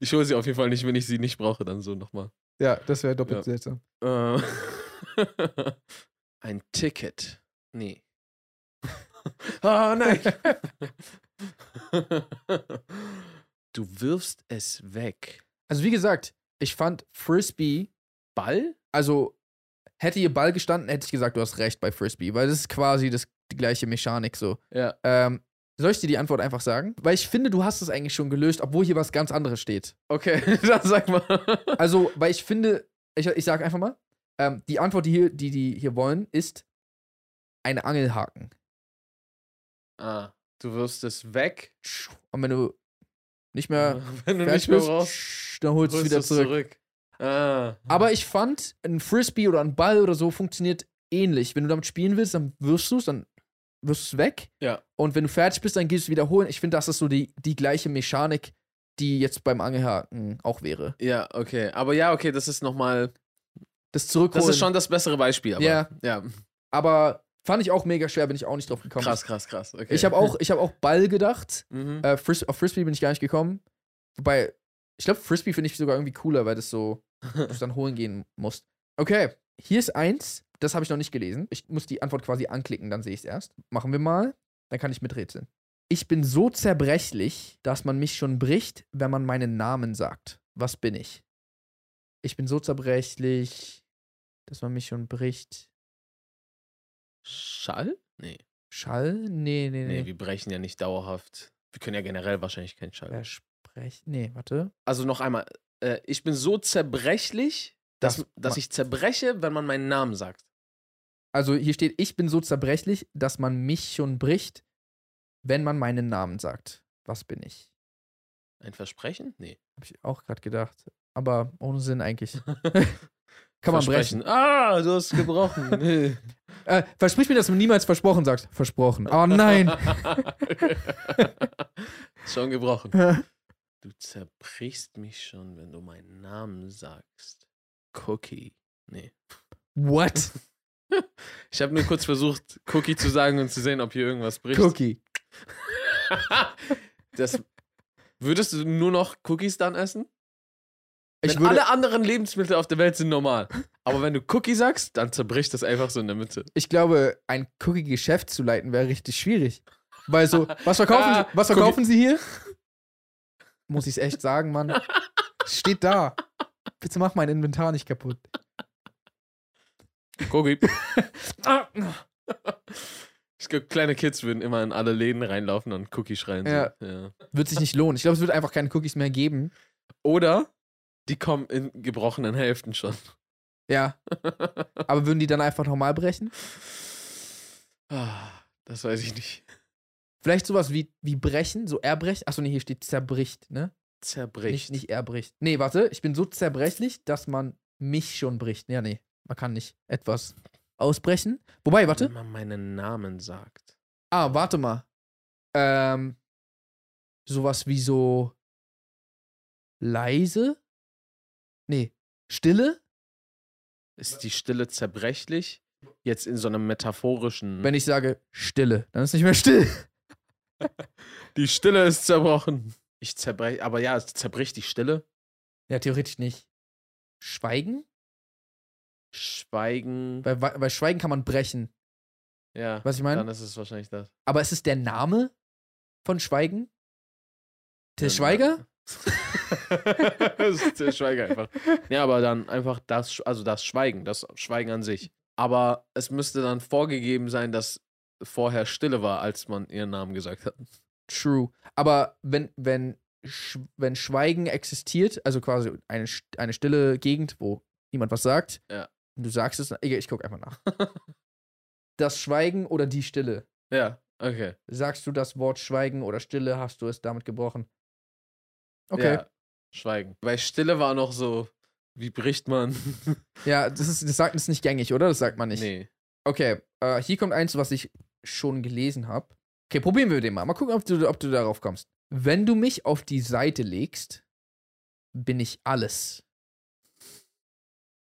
Speaker 2: ich hole sie auf jeden Fall nicht, wenn ich sie nicht brauche, dann so nochmal.
Speaker 1: Ja, das wäre doppelt
Speaker 2: Ja.
Speaker 1: seltsam.
Speaker 2: Äh, Ein Ticket. Nee. Ah, nein. du wirfst es weg.
Speaker 1: Also wie gesagt, ich fand Frisbee,
Speaker 2: Ball?
Speaker 1: also hätte ihr Ball gestanden, hätte ich gesagt, du hast recht bei Frisbee, weil das ist quasi das, die gleiche Mechanik so.
Speaker 2: Ja.
Speaker 1: Ähm, soll ich dir die Antwort einfach sagen? Weil ich finde, du hast es eigentlich schon gelöst, obwohl hier was ganz anderes steht.
Speaker 2: Okay, dann sag mal.
Speaker 1: Also, weil ich finde, ich, ich sage einfach mal, ähm, die Antwort, die, hier, die die hier wollen, ist ein Angelhaken.
Speaker 2: Ah, du wirfst es weg.
Speaker 1: Und wenn du nicht mehr
Speaker 2: Wenn du
Speaker 1: fertig
Speaker 2: nicht mehr
Speaker 1: bist,
Speaker 2: brauchst,
Speaker 1: dann holst du es
Speaker 2: holst
Speaker 1: wieder
Speaker 2: es zurück.
Speaker 1: zurück.
Speaker 2: Ah.
Speaker 1: Aber ich fand, ein Frisbee oder ein Ball oder so funktioniert ähnlich. Wenn du damit spielen willst, dann wirfst du es, dann wirfst du es weg.
Speaker 2: Ja.
Speaker 1: Und wenn du fertig bist, dann gehst du wiederholen. Ich finde, das ist so die, die gleiche Mechanik, die jetzt beim Angelhaken auch wäre.
Speaker 2: Ja, okay. Aber ja, okay, das ist nochmal.
Speaker 1: Das Zurückholen.
Speaker 2: Das ist schon das bessere Beispiel. Aber,
Speaker 1: Ja.
Speaker 2: ja.
Speaker 1: Aber fand ich auch mega schwer, bin ich auch nicht drauf gekommen.
Speaker 2: Krass, krass, krass. Okay.
Speaker 1: Ich habe auch, ich hab auch Ball gedacht.
Speaker 2: Mhm.
Speaker 1: Äh, Fris auf Frisbee bin ich gar nicht gekommen. Wobei, ich glaube, Frisbee finde ich sogar irgendwie cooler, weil das so, dass du dann holen gehen musst. Okay, Hier ist eins, das habe ich noch nicht gelesen. Ich muss die Antwort quasi anklicken, dann sehe ich es erst. Machen wir mal, dann kann ich miträtseln. Ich bin so zerbrechlich, dass man mich schon bricht, wenn man meinen Namen sagt. Was bin ich? Ich bin so zerbrechlich, dass man mich schon bricht.
Speaker 2: Schall? Nee.
Speaker 1: Schall? Nee, nee, nee.
Speaker 2: Nee, wir brechen ja nicht dauerhaft. Wir können ja generell wahrscheinlich keinen Schall.
Speaker 1: Versprech. Nee, warte.
Speaker 2: Also noch einmal. Äh, ich bin so zerbrechlich, dass,
Speaker 1: Das-
Speaker 2: dass ich zerbreche, wenn man meinen Namen sagt.
Speaker 1: Also hier steht, ich bin so zerbrechlich, dass man mich schon bricht, wenn man meinen Namen sagt. Was bin ich?
Speaker 2: Ein Versprechen? Nee.
Speaker 1: Hab ich auch gerade gedacht. Aber ohne Sinn eigentlich. Kann man
Speaker 2: Versprechen.
Speaker 1: brechen.
Speaker 2: Ah, du hast gebrochen. Nee.
Speaker 1: Äh, versprich mir, dass du niemals versprochen sagst. Versprochen. Oh nein.
Speaker 2: schon gebrochen.
Speaker 1: Guck
Speaker 2: Du zerbrichst mich schon, wenn du meinen Namen sagst. Cookie. Nee.
Speaker 1: What?
Speaker 2: Ich habe nur kurz versucht, Cookie zu sagen und zu sehen, ob hier irgendwas bricht.
Speaker 1: Cookie.
Speaker 2: Das, würdest du nur noch Cookies dann essen? Wenn
Speaker 1: Ich würde,
Speaker 2: alle anderen Lebensmittel auf der Welt sind normal. Aber wenn du Cookie sagst, dann zerbricht das einfach so in der Mitte.
Speaker 1: ich glaube, ein Cookie-Geschäft zu leiten wäre richtig schwierig. Weil so, was verkaufen,
Speaker 2: Ah,
Speaker 1: Sie, was
Speaker 2: Cookie.
Speaker 1: verkaufen Sie hier? Muss ich es echt sagen, Mann? Steht da. Bitte mach mein Inventar nicht kaputt.
Speaker 2: Cookie. Ich glaube, kleine Kids würden immer in alle Läden reinlaufen und Cookie schreien. so.
Speaker 1: Ja.
Speaker 2: Ja.
Speaker 1: Wird sich nicht lohnen. Ich glaube, es wird einfach keine Cookies mehr geben.
Speaker 2: Oder die kommen in gebrochenen Hälften schon.
Speaker 1: Ja. Aber würden die dann einfach normal brechen?
Speaker 2: Ah, Das weiß ich nicht.
Speaker 1: Vielleicht sowas wie, wie brechen, so erbrechen. Achso, nee, hier steht zerbricht, ne?
Speaker 2: Zerbricht.
Speaker 1: Nicht, nicht erbricht. Nee, warte, ich bin so zerbrechlich, dass man mich schon bricht. Ja, nee, man kann nicht etwas ausbrechen. Wobei, warte.
Speaker 2: Wenn man meinen Namen sagt.
Speaker 1: Ah, warte mal. Ähm, sowas wie so leise? Nee, stille?
Speaker 2: Ist die Stille zerbrechlich? Jetzt in so einem metaphorischen.
Speaker 1: Wenn ich sage stille, dann ist nicht mehr still.
Speaker 2: die Stille ist zerbrochen. Ich zerbreche, aber ja, es zerbricht die Stille.
Speaker 1: Ja, theoretisch nicht. Schweigen?
Speaker 2: Schweigen.
Speaker 1: Bei, bei Schweigen kann man brechen.
Speaker 2: Ja,
Speaker 1: Was ich
Speaker 2: dann
Speaker 1: meine?
Speaker 2: ist es wahrscheinlich das.
Speaker 1: Aber ist es der Name von Schweigen? Der
Speaker 2: Dann-
Speaker 1: Schweiger?
Speaker 2: Das ist der Schweiger einfach. Ja, aber dann einfach das, Sch- also das Schweigen, das Schweigen an sich. Aber es müsste dann vorgegeben sein, dass vorher Stille war, als man ihren Namen gesagt hat.
Speaker 1: True. Aber wenn, wenn, Sch wenn Schweigen existiert, also quasi eine, Sch- eine stille Gegend, wo niemand was sagt,
Speaker 2: Ja.
Speaker 1: und du sagst es, egal, ich guck einfach nach. das Schweigen oder die Stille.
Speaker 2: Ja, okay.
Speaker 1: Sagst du das Wort Schweigen oder Stille, hast du es damit gebrochen. Okay.
Speaker 2: Ja, Schweigen. Bei Stille war noch so, wie bricht man?
Speaker 1: Ja, das, ist, das sagt es nicht gängig, oder? Das sagt man nicht.
Speaker 2: Nee.
Speaker 1: Okay, äh, hier kommt eins, was ich schon gelesen habe. Okay, probieren wir den mal. Mal gucken, ob du, ob du darauf kommst. Wenn du mich auf die Seite legst, bin ich alles.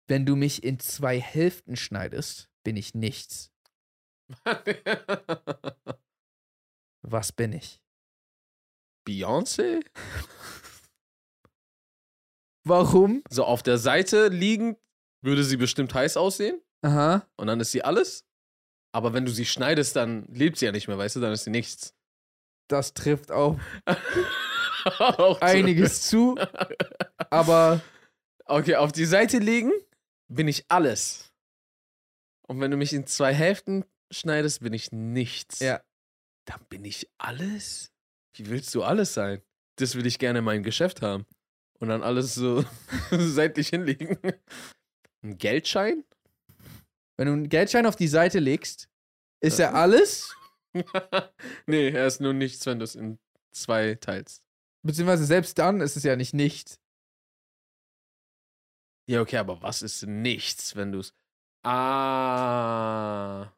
Speaker 1: Wenn du mich in zwei Hälften schneidest, bin ich nichts. Was bin ich?
Speaker 2: Beyoncé?
Speaker 1: Warum?
Speaker 2: So auf der Seite liegend würde sie bestimmt heiß aussehen
Speaker 1: Aha.
Speaker 2: und dann ist sie alles. Aber wenn du sie schneidest, dann lebt sie ja nicht mehr, weißt du, dann ist sie nichts.
Speaker 1: Das trifft auf
Speaker 2: Auch so.
Speaker 1: einiges zu. Aber
Speaker 2: Okay, auf die Seite legen bin ich alles. Und wenn du mich in zwei Hälften schneidest, bin ich nichts.
Speaker 1: Ja.
Speaker 2: Dann bin ich alles? Wie willst du alles sein? Das will ich gerne in meinem Geschäft haben. Und dann alles so seitlich hinlegen. Ein Geldschein?
Speaker 1: wenn du einen Geldschein auf die Seite legst, ist
Speaker 2: Ja.
Speaker 1: er alles,
Speaker 2: nee, er ist nur nichts, wenn du es in zwei teilst.
Speaker 1: beziehungsweise selbst dann ist es ja nicht nichts.
Speaker 2: Ja, okay, aber was ist nichts, wenn du es. Ah.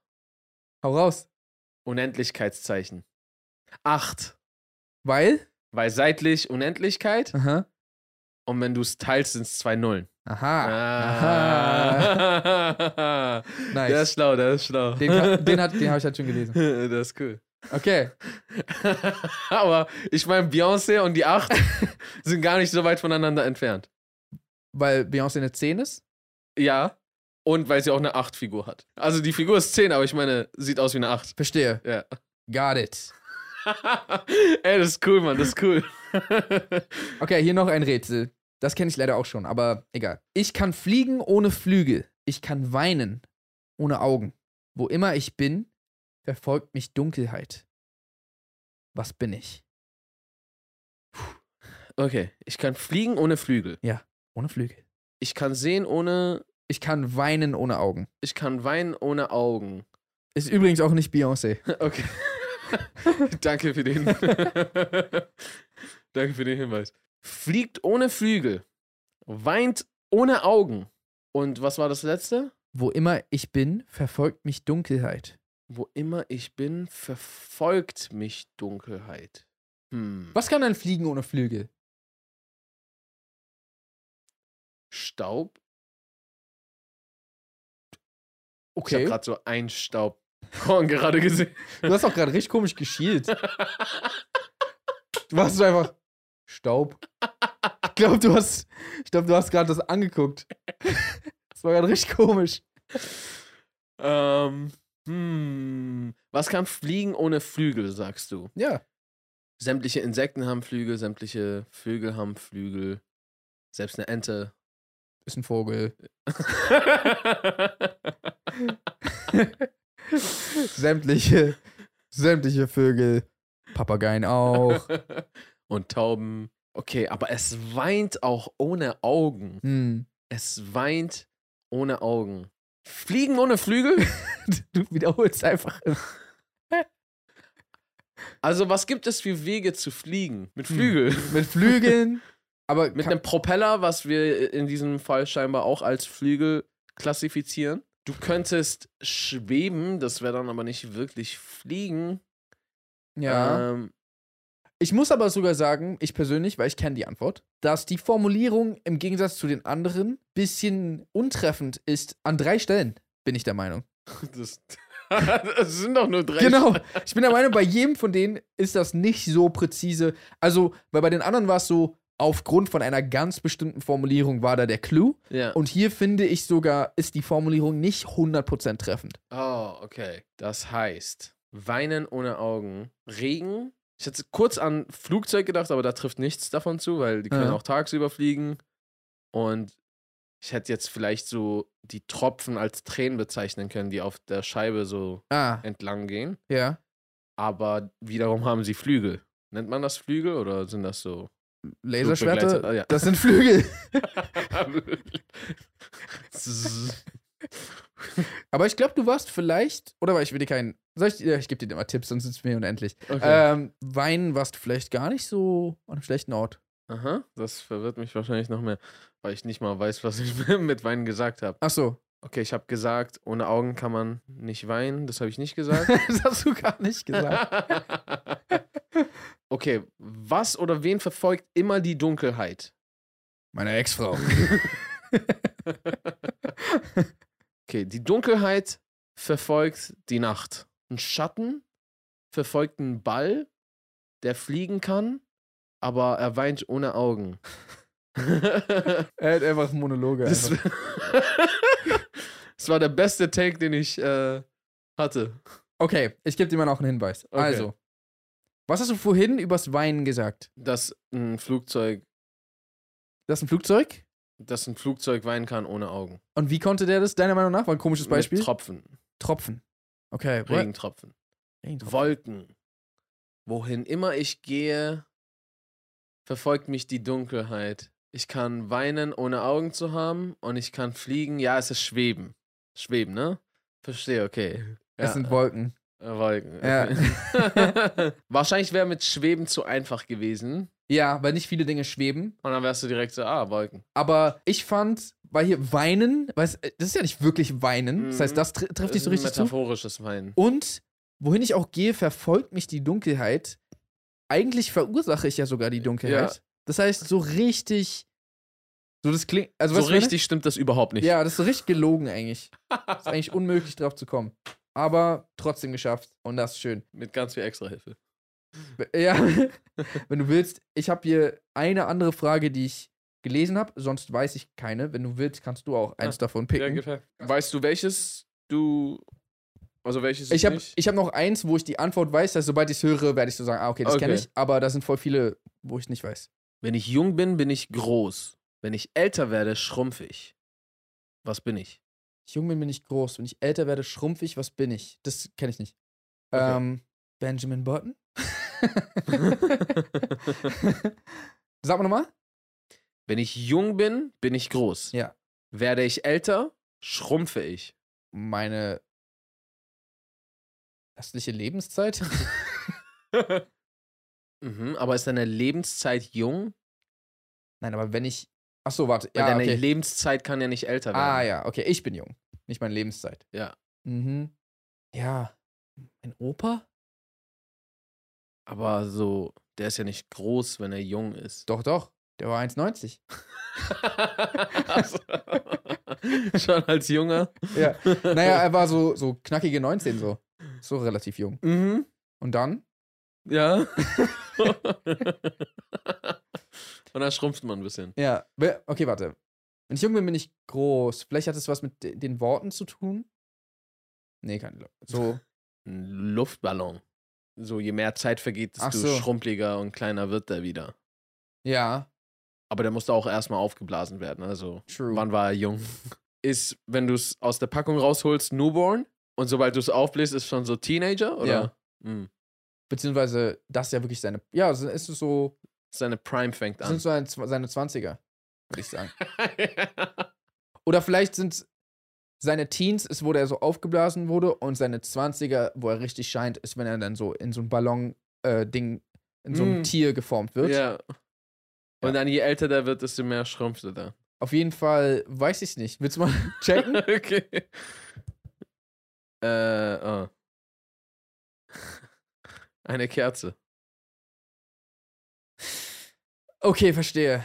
Speaker 1: Hau raus.
Speaker 2: Unendlichkeitszeichen. Acht.
Speaker 1: Weil?
Speaker 2: Weil seitlich Unendlichkeit
Speaker 1: Aha.
Speaker 2: und wenn du es teilst, sind es zwei Nullen.
Speaker 1: Aha. Aha.
Speaker 2: Ah.
Speaker 1: Nice.
Speaker 2: Der ist schlau, der ist schlau.
Speaker 1: Den, ka- den, hat- den habe ich halt schon gelesen.
Speaker 2: das ist cool.
Speaker 1: Okay.
Speaker 2: Aber ich meine, Beyoncé und die Acht sind gar nicht so weit voneinander entfernt.
Speaker 1: Weil Beyoncé eine 10 ist?
Speaker 2: Ja, Und weil sie auch eine 8-Figur hat. Also die Figur ist 10, aber ich meine, sieht aus wie eine 8.
Speaker 1: Verstehe.
Speaker 2: Ja.
Speaker 1: Got it.
Speaker 2: Ey, das ist cool, Mann, das ist cool.
Speaker 1: Okay, hier noch ein Rätsel. Das kenne ich leider auch schon, aber egal. Ich kann fliegen ohne Flügel. Ich kann weinen ohne Augen. Wo immer ich bin, verfolgt mich Dunkelheit. Was bin ich?
Speaker 2: Okay, ich kann fliegen ohne Flügel.
Speaker 1: Ohne Flügel.
Speaker 2: Ich kann sehen ohne.
Speaker 1: Ich kann weinen ohne Augen.
Speaker 2: Ich kann weinen ohne Augen.
Speaker 1: Ist übrigens auch nicht Beyoncé.
Speaker 2: Okay. Danke für den. Danke für den Hinweis. Fliegt ohne Flügel, weint ohne Augen. Und was war das letzte?
Speaker 1: Wo immer ich bin, verfolgt mich Dunkelheit.
Speaker 2: Wo immer ich bin, verfolgt mich Dunkelheit. Hm.
Speaker 1: Was kann ein Fliegen ohne Flügel?
Speaker 2: Staub? Ich
Speaker 1: Okay.
Speaker 2: habe gerade so ein Staubkorn gerade gesehen.
Speaker 1: Du hast auch gerade richtig komisch geschielt. Du warst so einfach Staub. Ich glaube, du hast, ich glaube, du hast gerade das angeguckt. Das war gerade richtig komisch.
Speaker 2: Ähm, hm. Was kann fliegen ohne Flügel, sagst du?
Speaker 1: Ja.
Speaker 2: Sämtliche Insekten haben Flügel, sämtliche Vögel haben Flügel. Selbst eine Ente.
Speaker 1: Ist ein Vogel. Sämtliche, sämtliche Vögel. Papageien auch.
Speaker 2: Und Tauben. Okay, aber es weint auch ohne Augen.
Speaker 1: Hm.
Speaker 2: Es weint ohne Augen. Fliegen ohne Flügel?
Speaker 1: Du wiederholst einfach.
Speaker 2: Also, was gibt es für Wege zu fliegen? Mit
Speaker 1: Hm.
Speaker 2: Flügel.
Speaker 1: Mit Flügeln. Aber
Speaker 2: Mit
Speaker 1: kann-
Speaker 2: einem Propeller, was wir in diesem Fall scheinbar auch als Flügel klassifizieren. Du könntest schweben, das wäre dann aber nicht wirklich fliegen.
Speaker 1: ja.
Speaker 2: Ähm,
Speaker 1: Ich muss aber sogar sagen, ich persönlich, weil ich kenne die Antwort, dass die Formulierung im Gegensatz zu den anderen bisschen untreffend ist an drei Stellen, bin ich der Meinung.
Speaker 2: das, das sind doch nur drei.
Speaker 1: Genau. Ich bin der Meinung, bei jedem von denen ist das nicht so präzise. Also, weil bei den anderen war es so, aufgrund von einer ganz bestimmten Formulierung war da der Clou.
Speaker 2: Ja.
Speaker 1: Und hier finde ich sogar, ist die Formulierung nicht 100% treffend.
Speaker 2: Oh, okay. Das heißt, weinen ohne Augen, Regen. Ich hätte kurz an Flugzeug gedacht, aber da trifft nichts davon zu, weil die können
Speaker 1: Ja.
Speaker 2: auch tagsüber fliegen. Und ich hätte jetzt vielleicht so die Tropfen als Tränen bezeichnen können, die auf der Scheibe so
Speaker 1: Ah,
Speaker 2: entlang gehen.
Speaker 1: ja.
Speaker 2: Aber wiederum haben sie Flügel. Nennt man das Flügel oder sind das so?
Speaker 1: Laserschwerte,
Speaker 2: Flugbegleiter, Ah, ja.
Speaker 1: das sind Flügel. Aber ich glaube, du warst vielleicht, oder weil ich will dir keinen. Soll ich, ja, ich gebe dir immer Tipps, sonst sitzt mir unendlich.
Speaker 2: okay.
Speaker 1: Ähm, Wein warst du vielleicht gar nicht so an einem schlechten Ort.
Speaker 2: Aha, das verwirrt mich wahrscheinlich noch mehr, weil ich nicht mal weiß, was ich mit Weinen gesagt habe.
Speaker 1: Ach so,
Speaker 2: Okay, ich habe gesagt, ohne Augen kann man nicht weinen. Das habe ich nicht gesagt.
Speaker 1: das hast du gar nicht gesagt.
Speaker 2: okay, was oder wen verfolgt immer die Dunkelheit?
Speaker 1: Meine Ex-Frau.
Speaker 2: Okay, die Dunkelheit verfolgt die Nacht. Ein Schatten verfolgt einen Ball, der fliegen kann, aber er weint ohne Augen.
Speaker 1: Er hat einfach Monologe.
Speaker 2: das,
Speaker 1: Einfach.
Speaker 2: das war der beste Take, den ich äh, hatte.
Speaker 1: Okay, ich gebe dir mal noch einen Hinweis.
Speaker 2: Okay.
Speaker 1: Also, was hast du vorhin übers Weinen gesagt?
Speaker 2: Dass ein Flugzeug,
Speaker 1: Das ist ein Flugzeug?
Speaker 2: dass ein Flugzeug weinen kann ohne Augen.
Speaker 1: Und wie konnte der das deiner Meinung nach? War ein komisches Beispiel?
Speaker 2: Mit Tropfen,
Speaker 1: Tropfen. Okay, what?
Speaker 2: Regentropfen.
Speaker 1: Regentropfen.
Speaker 2: Wolken. Wohin immer ich gehe, verfolgt mich die Dunkelheit. Ich kann weinen, ohne Augen zu haben, und ich kann fliegen. Ja, es ist Schweben. Schweben, ne? Verstehe, okay.
Speaker 1: Es
Speaker 2: Ja,
Speaker 1: sind Wolken.
Speaker 2: äh, Wolken.
Speaker 1: Ja.
Speaker 2: Okay. Wahrscheinlich wäre mit Schweben zu einfach gewesen.
Speaker 1: Ja, weil nicht viele Dinge schweben.
Speaker 2: Und dann wärst du direkt so, ah, Wolken.
Speaker 1: Aber ich fand, weil hier weinen, weil es, das ist ja nicht wirklich weinen. Das
Speaker 2: Mhm.
Speaker 1: heißt, das tr trifft
Speaker 2: Das
Speaker 1: nicht
Speaker 2: ist
Speaker 1: so
Speaker 2: ein
Speaker 1: richtig zu.
Speaker 2: metaphorisches Weinen.
Speaker 1: Und wohin ich auch gehe, verfolgt mich die Dunkelheit. Eigentlich verursache ich ja sogar die Dunkelheit. Das heißt, so richtig. So, das klingt. Also,
Speaker 2: So
Speaker 1: weißt du, was ich
Speaker 2: richtig stimmt das überhaupt nicht.
Speaker 1: meine? Ja, das ist so richtig gelogen eigentlich. ist eigentlich unmöglich, drauf zu kommen. Aber trotzdem geschafft. Und das ist schön.
Speaker 2: Mit ganz viel extra Hilfe.
Speaker 1: Ja, wenn du willst, ich habe hier eine andere Frage, die ich gelesen habe. Sonst weiß ich keine. Wenn du willst, kannst du auch eins davon
Speaker 2: Ja,
Speaker 1: picken.
Speaker 2: gib her. Weißt du, welches du. Also welches
Speaker 1: ich habe
Speaker 2: nicht?
Speaker 1: ich hab noch eins, wo ich die Antwort weiß. Dass sobald ich es höre, werde ich so sagen, ah, okay, das kenne
Speaker 2: Okay.
Speaker 1: ich. Aber da sind voll viele, wo ich nicht weiß.
Speaker 2: Wenn ich jung bin, bin ich groß. Wenn ich älter werde, schrumpf ich. Was bin ich?
Speaker 1: Wenn ich jung bin, bin ich groß. Wenn ich älter werde, schrumpf ich. Was bin ich? Das kenne ich nicht.
Speaker 2: Okay.
Speaker 1: Ähm, Benjamin Button? Sag mal nochmal.
Speaker 2: Wenn ich jung bin, bin ich groß.
Speaker 1: Ja.
Speaker 2: Werde ich älter, schrumpfe ich.
Speaker 1: Meine restliche Lebenszeit?
Speaker 2: Mhm, aber ist deine Lebenszeit jung?
Speaker 1: Nein, aber wenn ich. Ach so, warte.
Speaker 2: Weil
Speaker 1: Ja,
Speaker 2: deine
Speaker 1: okay.
Speaker 2: Lebenszeit kann ja nicht älter werden.
Speaker 1: Ah ja, okay, ich bin jung. Nicht meine Lebenszeit.
Speaker 2: Ja.
Speaker 1: Mhm. Ja. Mein Opa?
Speaker 2: Aber so, der ist ja nicht groß, wenn er jung ist.
Speaker 1: Doch, doch. Der war 1,90.
Speaker 2: Also, Schon als Junger.
Speaker 1: Ja. Naja, er war so, so knackige 19 so. So relativ jung.
Speaker 2: Mhm.
Speaker 1: Und dann?
Speaker 2: Ja. Und dann schrumpft man ein bisschen.
Speaker 1: Ja. we- Okay, warte. Wenn ich jung bin, bin ich groß. Vielleicht hat es was mit de- den Worten zu tun? Nee, keine Ahnung. So.
Speaker 2: Ein Luftballon. So, je mehr Zeit vergeht,
Speaker 1: Ach
Speaker 2: desto
Speaker 1: so.
Speaker 2: schrumpeliger und kleiner wird der wieder.
Speaker 1: ja,
Speaker 2: Aber der musste auch erstmal aufgeblasen werden. Also,
Speaker 1: true.
Speaker 2: wann war er jung? Ist, wenn du es aus der Packung rausholst, Newborn. Und sobald du es aufbläst, ist schon so Teenager? Oder? Hm. Ja.
Speaker 1: Beziehungsweise, das ist ja wirklich seine. Ja, so- ist es so.
Speaker 2: Seine Prime fängt an.
Speaker 1: Sind so ein, seine 20er, würde ich sagen. Oder vielleicht sind seine Teens, ist, wo er so aufgeblasen wurde, und seine 20er, wo er richtig scheint, ist, wenn er dann so in so ein Ballon-Ding, in so ein
Speaker 2: Mm.
Speaker 1: Tier geformt wird.
Speaker 2: Ja.
Speaker 1: Ja.
Speaker 2: Und dann, je älter der wird, desto mehr schrumpft er da.
Speaker 1: Auf jeden Fall weiß ich es nicht. Willst du mal checken?
Speaker 2: okay. Äh, oh. Eine Kerze.
Speaker 1: Okay, verstehe.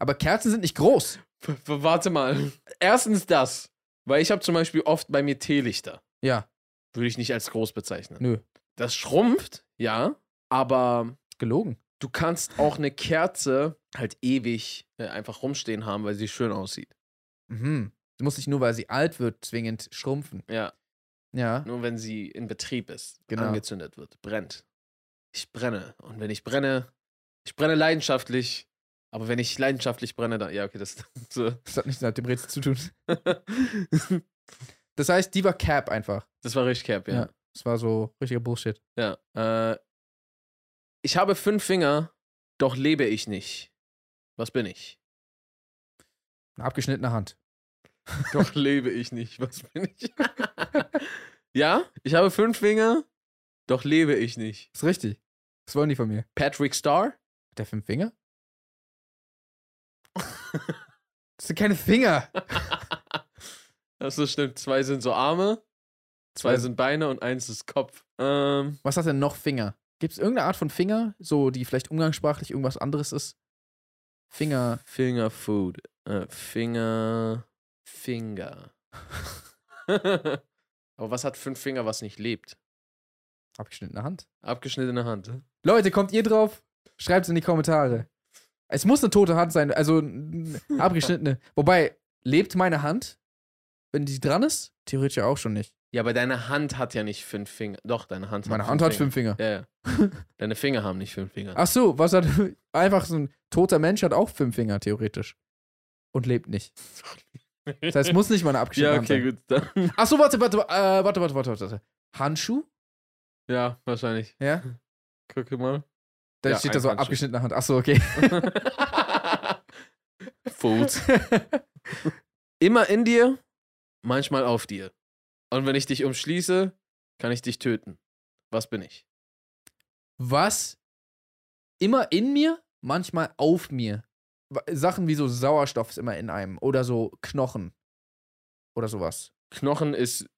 Speaker 1: Aber Kerzen sind nicht groß.
Speaker 2: W w- warte mal. Erstens das. Weil ich habe zum Beispiel oft bei mir Teelichter.
Speaker 1: Ja,
Speaker 2: Würde ich nicht als groß bezeichnen.
Speaker 1: Nö.
Speaker 2: Das schrumpft, ja. Aber
Speaker 1: gelogen.
Speaker 2: du kannst auch eine Kerze halt ewig äh, einfach rumstehen haben, weil sie schön aussieht.
Speaker 1: Mhm. Sie muss nicht nur, weil sie alt wird, zwingend schrumpfen.
Speaker 2: Ja.
Speaker 1: Ja.
Speaker 2: Nur wenn sie in Betrieb ist,
Speaker 1: Genau.
Speaker 2: angezündet wird, brennt. Ich brenne. Und wenn ich brenne, ich brenne leidenschaftlich. Aber wenn ich leidenschaftlich brenne, dann. Ja, okay, das. so.
Speaker 1: Das hat nichts mit dem Rätsel zu tun. Das heißt, die war Cap einfach.
Speaker 2: das war richtig Cap, ja.
Speaker 1: Das war so richtiger Bullshit.
Speaker 2: ja. Äh, ich habe fünf Finger, doch lebe ich nicht. Was bin ich?
Speaker 1: Eine abgeschnittene Hand.
Speaker 2: Doch lebe ich nicht. Was bin ich? ja, ich habe fünf Finger, doch lebe ich nicht.
Speaker 1: Ist richtig. Was wollen die von mir?
Speaker 2: Patrick Star?
Speaker 1: Hat der fünf Finger? das sind keine Finger.
Speaker 2: Achso, stimmt. Zwei sind so Arme. Zwei sind Beine und eins ist Kopf. Ähm,
Speaker 1: Äh, Was hat denn noch Finger? Gibt es irgendeine Art von Finger, so die vielleicht umgangssprachlich irgendwas anderes ist? Finger.
Speaker 2: Finger Food. Äh, Finger. Finger. Aber was hat fünf Finger, was nicht lebt?
Speaker 1: Abgeschnittene Hand.
Speaker 2: Abgeschnittene Hand.
Speaker 1: Leute, kommt ihr drauf? Schreibt es in die Kommentare. Es muss eine tote Hand sein, also n- abgeschnittene. Wobei, lebt meine Hand, wenn die dran ist? Theoretisch ja auch schon nicht.
Speaker 2: Ja, aber deine Hand hat ja nicht fünf Finger. Doch, deine Hand
Speaker 1: Meine Hand hat fünf Ah, Finger.
Speaker 2: Finger. Ja, ja. Deine Finger haben nicht fünf Finger.
Speaker 1: Ach so, was hat. Einfach so ein toter Mensch hat auch fünf Finger, theoretisch. Und lebt nicht. Das heißt, es muss nicht mal eine abgeschnittene
Speaker 2: ja, okay,
Speaker 1: Hand
Speaker 2: gut. Dann.
Speaker 1: sein. Ach so, warte, warte, äh, warte, warte, warte, warte. Handschuh?
Speaker 2: Ja, wahrscheinlich.
Speaker 1: Ja?
Speaker 2: Gucke mal.
Speaker 1: Da
Speaker 2: Ja,
Speaker 1: steht da
Speaker 2: ein
Speaker 1: so
Speaker 2: Handschuh.
Speaker 1: abgeschnittene Hand. Achso, okay.
Speaker 2: Fuß. Immer in dir, manchmal auf dir. Und wenn ich dich umschließe, kann ich dich töten. Was bin ich?
Speaker 1: Was? Immer in mir, manchmal auf mir. Wa- Sachen wie so Sauerstoff ist immer in einem. Oder so Knochen. Oder sowas.
Speaker 2: Knochen ist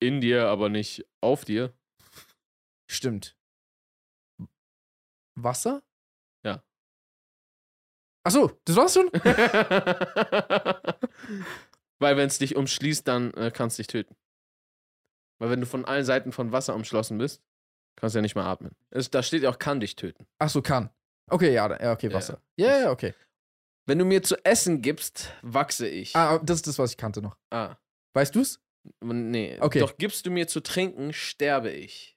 Speaker 2: in dir, aber nicht auf dir.
Speaker 1: Stimmt. Wasser?
Speaker 2: Ja.
Speaker 1: Achso, das war's schon?
Speaker 2: Weil wenn es dich umschließt, dann äh, kannst du dich töten. Weil wenn du von allen Seiten von Wasser umschlossen bist, kannst du ja nicht mehr atmen. Es, da steht ja auch, kann dich töten.
Speaker 1: Achso, kann. Okay, ja, da- ja okay,
Speaker 2: Ja,
Speaker 1: Wasser. Ja, ja, okay.
Speaker 2: Wenn du mir zu essen gibst, wachse ich.
Speaker 1: Ah, das ist das, was ich kannte noch.
Speaker 2: ah.
Speaker 1: Weißt du's?
Speaker 2: Nee.
Speaker 1: Okay.
Speaker 2: Doch gibst du mir zu trinken, sterbe ich.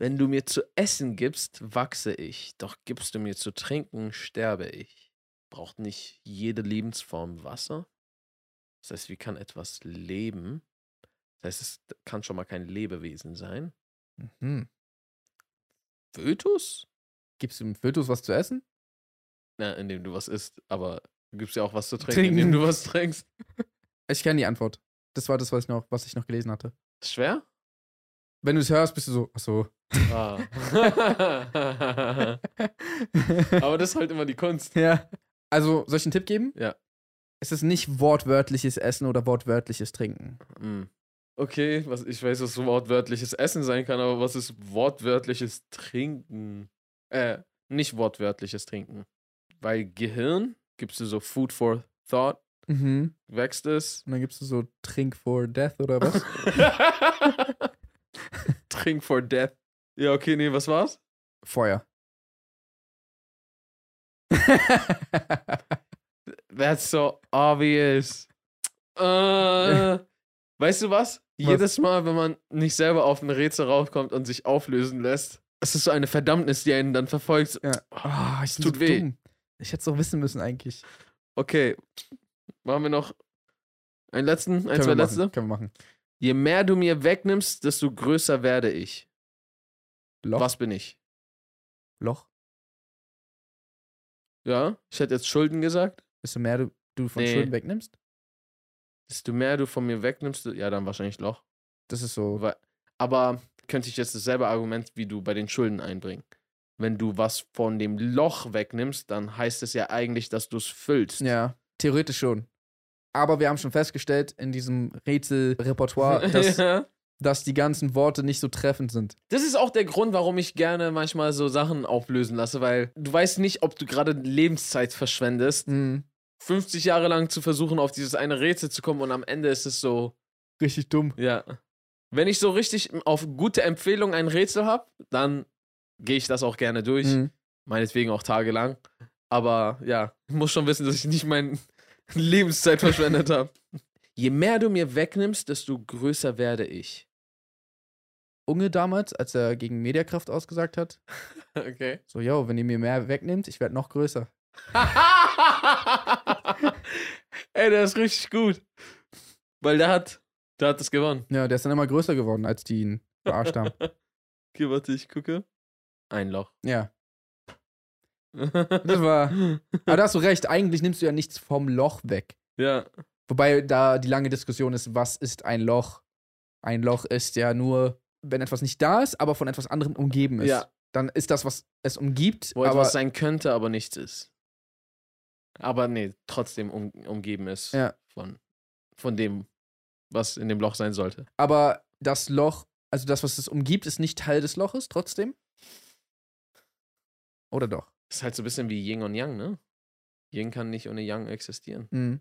Speaker 2: Wenn du mir zu essen gibst, wachse ich. Doch gibst du mir zu trinken, sterbe ich. Braucht nicht jede Lebensform Wasser? Das heißt, wie kann etwas leben? Das heißt, es kann schon mal kein Lebewesen sein.
Speaker 1: Hm.
Speaker 2: Fötus?
Speaker 1: Gibst du dem Fötus was zu essen?
Speaker 2: Na, indem du was isst, aber du gibst ja auch was zu trinken,
Speaker 1: Trinken.
Speaker 2: indem du was trinkst.
Speaker 1: Ich kenne die Antwort. Das war das, was ich noch, was ich noch gelesen hatte.
Speaker 2: Ist schwer?
Speaker 1: Wenn du es hörst, bist du so, ach so.
Speaker 2: Ah. aber das ist halt immer die Kunst.
Speaker 1: ja. Also, soll ich einen Tipp geben?
Speaker 2: Ja.
Speaker 1: Es ist nicht wortwörtliches Essen oder wortwörtliches Trinken.
Speaker 2: Mm. Okay, was, ich weiß, was wortwörtliches Essen sein kann, aber was ist wortwörtliches Trinken? Äh, nicht wortwörtliches Trinken. Weil Gehirn, gibst du so Food for Thought,
Speaker 1: Mhm.
Speaker 2: wächst es.
Speaker 1: Und dann gibst du so Trink for Death oder was?
Speaker 2: Trink for Death. Ja, okay, nee, was war's?
Speaker 1: Feuer.
Speaker 2: That's so obvious. Äh, weißt du was? Jedes Mal, wenn man nicht selber auf ein Rätsel raufkommt und sich auflösen lässt, es ist so eine Verdammnis, die einen dann verfolgt.
Speaker 1: ja. Ah, ich bin
Speaker 2: Tut
Speaker 1: so
Speaker 2: weh.
Speaker 1: dumm. Ich hätte es doch wissen müssen eigentlich.
Speaker 2: Okay, machen wir noch einen letzten, ein,
Speaker 1: Können
Speaker 2: zwei
Speaker 1: wir
Speaker 2: letzte.
Speaker 1: Machen. Können wir machen.
Speaker 2: Je mehr du mir wegnimmst, desto größer werde ich.
Speaker 1: Loch.
Speaker 2: Was bin ich?
Speaker 1: Loch.
Speaker 2: Ja, ich hätte jetzt Schulden gesagt.
Speaker 1: Desto mehr du, du von
Speaker 2: Nee.
Speaker 1: Schulden wegnimmst,
Speaker 2: Desto mehr du von mir wegnimmst, ja, dann wahrscheinlich Loch.
Speaker 1: das ist so.
Speaker 2: Weil- Aber könnte ich jetzt dasselbe Argument wie du bei den Schulden einbringen? Wenn du was von dem Loch wegnimmst, dann heißt es ja eigentlich, dass du es füllst.
Speaker 1: Ja, theoretisch schon. Aber wir haben schon festgestellt in diesem Rätselrepertoire, dass,
Speaker 2: Ja.
Speaker 1: dass die ganzen Worte nicht so treffend sind.
Speaker 2: Das ist auch der Grund, warum ich gerne manchmal so Sachen auflösen lasse, weil du weißt nicht, ob du gerade Lebenszeit verschwendest, 50 Jahre lang zu versuchen, auf dieses eine Rätsel zu kommen und am Ende ist es so,
Speaker 1: Richtig dumm.
Speaker 2: ja. Wenn ich so richtig auf gute Empfehlung ein Rätsel habe, dann gehe ich das auch gerne durch.
Speaker 1: Mhm.
Speaker 2: meinetwegen auch tagelang. Aber ja, ich muss schon wissen, dass ich nicht meine Lebenszeit verschwendet habe. Je mehr du mir wegnimmst, desto größer werde ich.
Speaker 1: Unge damals, als er gegen Mediakraft ausgesagt hat,
Speaker 2: Okay.
Speaker 1: so, yo, wenn ihr mir mehr wegnimmt, ich werde noch größer.
Speaker 2: Ey, der ist richtig gut. Weil der hat, der hat es gewonnen.
Speaker 1: Ja, der ist dann immer größer geworden, als die ihn verarscht haben.
Speaker 2: Okay, warte, ich gucke. Ein Loch.
Speaker 1: Ja, das war. Aber da hast du recht, eigentlich nimmst du ja nichts vom Loch weg.
Speaker 2: ja.
Speaker 1: Wobei da die lange Diskussion ist, was ist ein Loch? Ein Loch ist ja nur, wenn etwas nicht da ist, aber von etwas anderem umgeben ist.
Speaker 2: Ja.
Speaker 1: Dann ist das, was es umgibt,
Speaker 2: Wo
Speaker 1: aber
Speaker 2: etwas sein könnte, aber nichts ist. Aber nee, trotzdem um, umgeben ist
Speaker 1: Ja.
Speaker 2: von, von dem, was in dem Loch sein sollte.
Speaker 1: aber das Loch, also das, was es umgibt, ist nicht Teil des Loches trotzdem? Oder doch?
Speaker 2: Ist halt so ein bisschen wie Yin und Yang, ne? Yin kann nicht ohne Yang existieren.
Speaker 1: Mhm.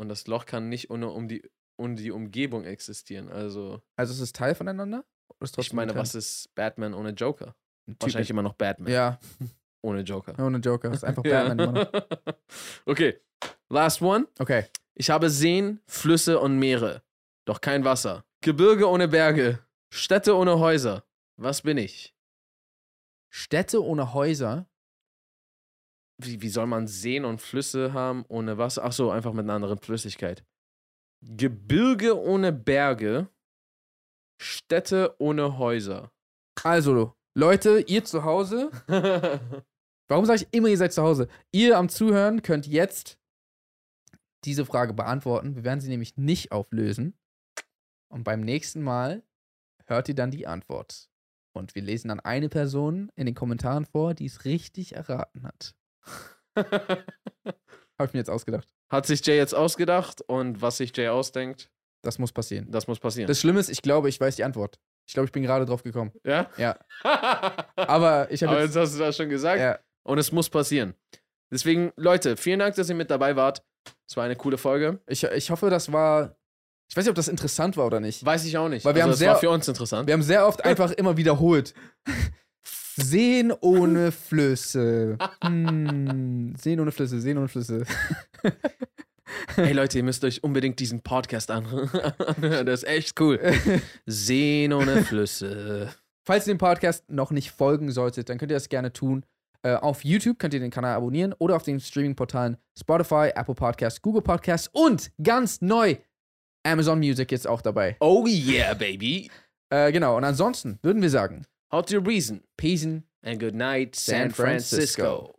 Speaker 2: Und das Loch kann nicht ohne um die, um die Umgebung existieren. Also,
Speaker 1: Also es ist Teil voneinander? Oder ist
Speaker 2: ich
Speaker 1: trotzdem
Speaker 2: meine,
Speaker 1: getrennt?
Speaker 2: was ist Batman ohne Joker?
Speaker 1: Ein Typ
Speaker 2: Wahrscheinlich immer noch
Speaker 1: mit-
Speaker 2: Batman
Speaker 1: Ja,
Speaker 2: ohne Joker.
Speaker 1: ohne Joker. Das ist einfach
Speaker 2: Ja.
Speaker 1: Batman. immer noch.
Speaker 2: okay, last one.
Speaker 1: Okay.
Speaker 2: Ich habe Seen, Flüsse und Meere, doch kein Wasser. Gebirge ohne Berge, Städte ohne Häuser. Was bin ich?
Speaker 1: Städte ohne Häuser.
Speaker 2: Wie, wie soll man Seen und Flüsse haben ohne Wasser? Ach so, einfach mit einer anderen Flüssigkeit. Gebirge ohne Berge, Städte ohne Häuser.
Speaker 1: Also, Leute, ihr zu Hause. Warum sage ich immer, ihr seid zu Hause? Ihr am Zuhören könnt jetzt diese Frage beantworten. Wir werden sie nämlich nicht auflösen. Und beim nächsten Mal hört ihr dann die Antwort. Und wir lesen dann eine Person in den Kommentaren vor, die es richtig erraten hat. Habe ich mir jetzt ausgedacht.
Speaker 2: Hat sich Jay jetzt ausgedacht und was sich Jay ausdenkt,
Speaker 1: Das muss passieren.
Speaker 2: das muss passieren.
Speaker 1: Das Schlimme ist, ich glaube, ich weiß die Antwort. Ich glaube, ich bin gerade drauf gekommen.
Speaker 2: ja?
Speaker 1: Ja.
Speaker 2: Aber
Speaker 1: Aber ich habe
Speaker 2: jetzt hast du das schon gesagt.
Speaker 1: Ja,
Speaker 2: Und es muss passieren. Deswegen, Leute, vielen Dank, dass ihr mit dabei wart. Es war eine coole Folge.
Speaker 1: ich, ich hoffe, das war. Ich weiß nicht, ob das interessant war oder nicht.
Speaker 2: Weiß ich auch nicht. Also,
Speaker 1: Weil wir haben
Speaker 2: es
Speaker 1: sehr-
Speaker 2: war für uns interessant.
Speaker 1: Wir haben sehr oft einfach immer wiederholt. Seen ohne Flüsse. Hm, Seen ohne Flüsse, Seen ohne Flüsse.
Speaker 2: Hey Leute, ihr müsst euch unbedingt diesen Podcast anhören. Das ist echt cool. Seen ohne Flüsse.
Speaker 1: Falls ihr dem Podcast noch nicht folgen solltet, dann könnt ihr das gerne tun. Äh, auf YouTube könnt ihr den Kanal abonnieren oder auf den Streaming-Portalen Spotify, Apple Podcasts, Google Podcasts und ganz neu Amazon Music jetzt auch dabei.
Speaker 2: Oh yeah, baby.
Speaker 1: Äh, genau, und ansonsten würden wir sagen,
Speaker 2: How to reason
Speaker 1: Peace.
Speaker 2: and good night, San
Speaker 1: San
Speaker 2: Francisco.